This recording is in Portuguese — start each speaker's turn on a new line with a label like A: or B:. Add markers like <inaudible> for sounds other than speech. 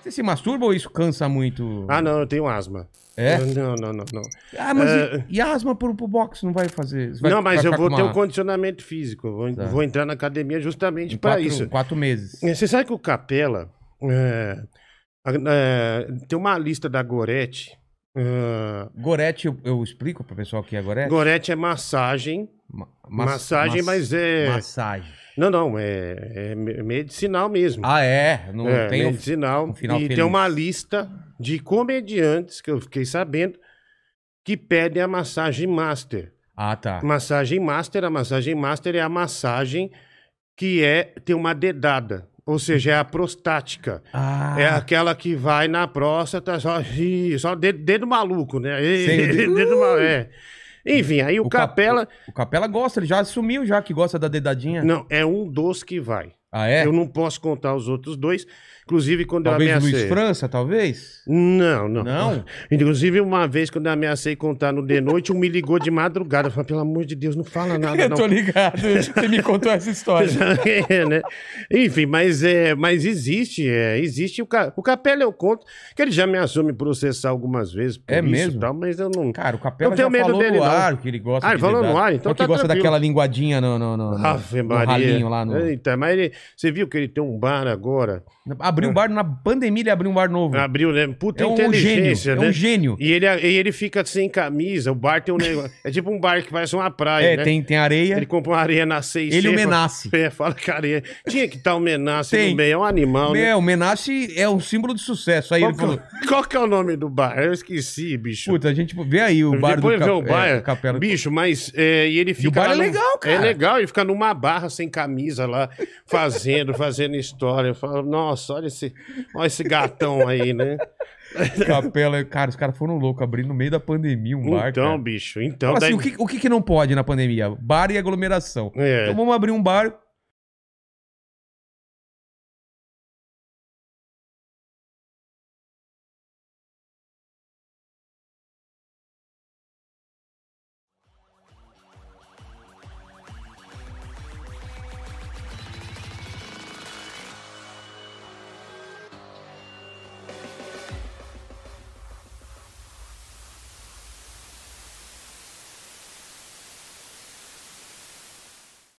A: Você se masturba ou isso cansa muito?
B: Ah, não, eu tenho asma.
A: Tipo, É?
B: Não, não, não, não.
A: Ah, mas
B: É.
A: e, e asma pro, pro boxe não vai fazer? Você vai-
B: não, mas
A: vai
B: eu
A: ficar
B: vou
A: com
B: ter
A: uma- Tá.
B: um condicionamento físico. eu Vou, vou entrar na academia justamente
A: em
B: para
A: quatro,
B: isso.
A: Quatro meses.
B: É, Você sabe que o Capela é, a- é, tem uma lista da Gorete. é,
A: Gorete, eu, eu explico pro pessoal que é Gorete?
B: Gorete é massagem.
A: Ma- mas-
B: Massagem,
A: mas-
B: mas é.
A: Massagem.
B: Não, não, é, é me- medicinal mesmo.
A: Ah, é? Não
B: é,
A: tem...
B: medicinal.
A: um final
B: e tem
A: feliz.
B: uma lista de comediantes que eu fiquei sabendo que pedem a massagem master.
A: Ah, tá.
B: Massagem master, a massagem master é a massagem que é tem uma dedada, ou seja, é a prostática.
A: Ah,
B: É aquela que vai na próstata, só, ih, só dedo, dedo maluco, né? <laughs> Ih,
A: Sei, o dedo-
B: dedo maluco, é. Enfim, aí o,
A: Uhum. O Cap-
B: Capela.
A: o Capela gosta, ele já assumiu já que gosta da dedadinha.
B: Não, é um dos que vai.
A: Ah, é?
B: Eu não posso contar os outros dois. Inclusive, quando eu
A: Talvez
B: ameacei.
A: Luiz França, talvez?
B: Não, não.
A: Não?
B: <laughs> Inclusive, uma vez, quando eu ameacei contar no de noite, um me ligou de madrugada. Eu falei, pelo amor de Deus, não fala
A: <laughs>
B: nada,
A: Eu
B: não.
A: tô ligado, você me contou essa
B: <laughs>
A: história.
B: É, né? Enfim, mas, é, mas existe, é, existe. O, ca... o Capela eu conto, que ele já me assume processar algumas vezes por
A: É
B: isso e
A: mesmo?
B: tal, mas eu não...
A: Cara, o Capela
B: Não tenho
A: já
B: medo
A: falou
B: dele,
A: no
B: não.
A: ar que ele gosta
B: Ah, ele
A: de
B: falou no
A: dedar.
B: ar, então
A: Só que
B: tá
A: gosta
B: tranquilo.
A: daquela linguadinha no, no, no, no-
B: Ave
A: no
B: Maria.
A: ralinho lá no...
B: Eita, mas ele... você viu que ele tem um bar agora?
A: Abriu um bar, na pandemia ele abriu um bar novo.
B: Abriu, né? Puta
A: é um
B: inteligência,
A: gênio,
B: né?
A: é um gênio.
B: E ele, e ele fica sem camisa, o bar tem um negócio. é tipo um bar que parece uma praia,
A: É,
B: né?
A: tem, tem areia,
B: Ele
A: ele,
B: compra uma areia na seis.
A: e o Menace.
B: <laughs> É, fala que a areia. Tinha que estar o Menace
A: Tem.
B: no meio, é um animal, né?
A: Meu, o Menace é um símbolo de sucesso. Aí
B: Qual
A: ele
B: que, é o-
A: falou,
B: <laughs> qual que é o nome do bar? Eu esqueci, bicho.
A: puta, a gente vê aí o bar
B: Depois
A: do
B: vê o
A: Cap-
B: bar,
A: é, do Capela.
B: bicho, mas é, e ele fica.
A: bar
B: lá
A: é
B: num-
A: legal, cara.
B: É legal, ele fica numa barra sem camisa lá, fazendo, fazendo história. Eu falo, nossa, olha esse, olha esse gatão aí, né?
A: Capela, cara, os caras foram loucos, abrindo no meio da pandemia um bar,
B: então,
A: cara.
B: bicho, então.
A: Assim,
B: daí-
A: o, que, o que que não pode na pandemia? Bar e aglomeração.
B: É.
A: Então vamos abrir um bar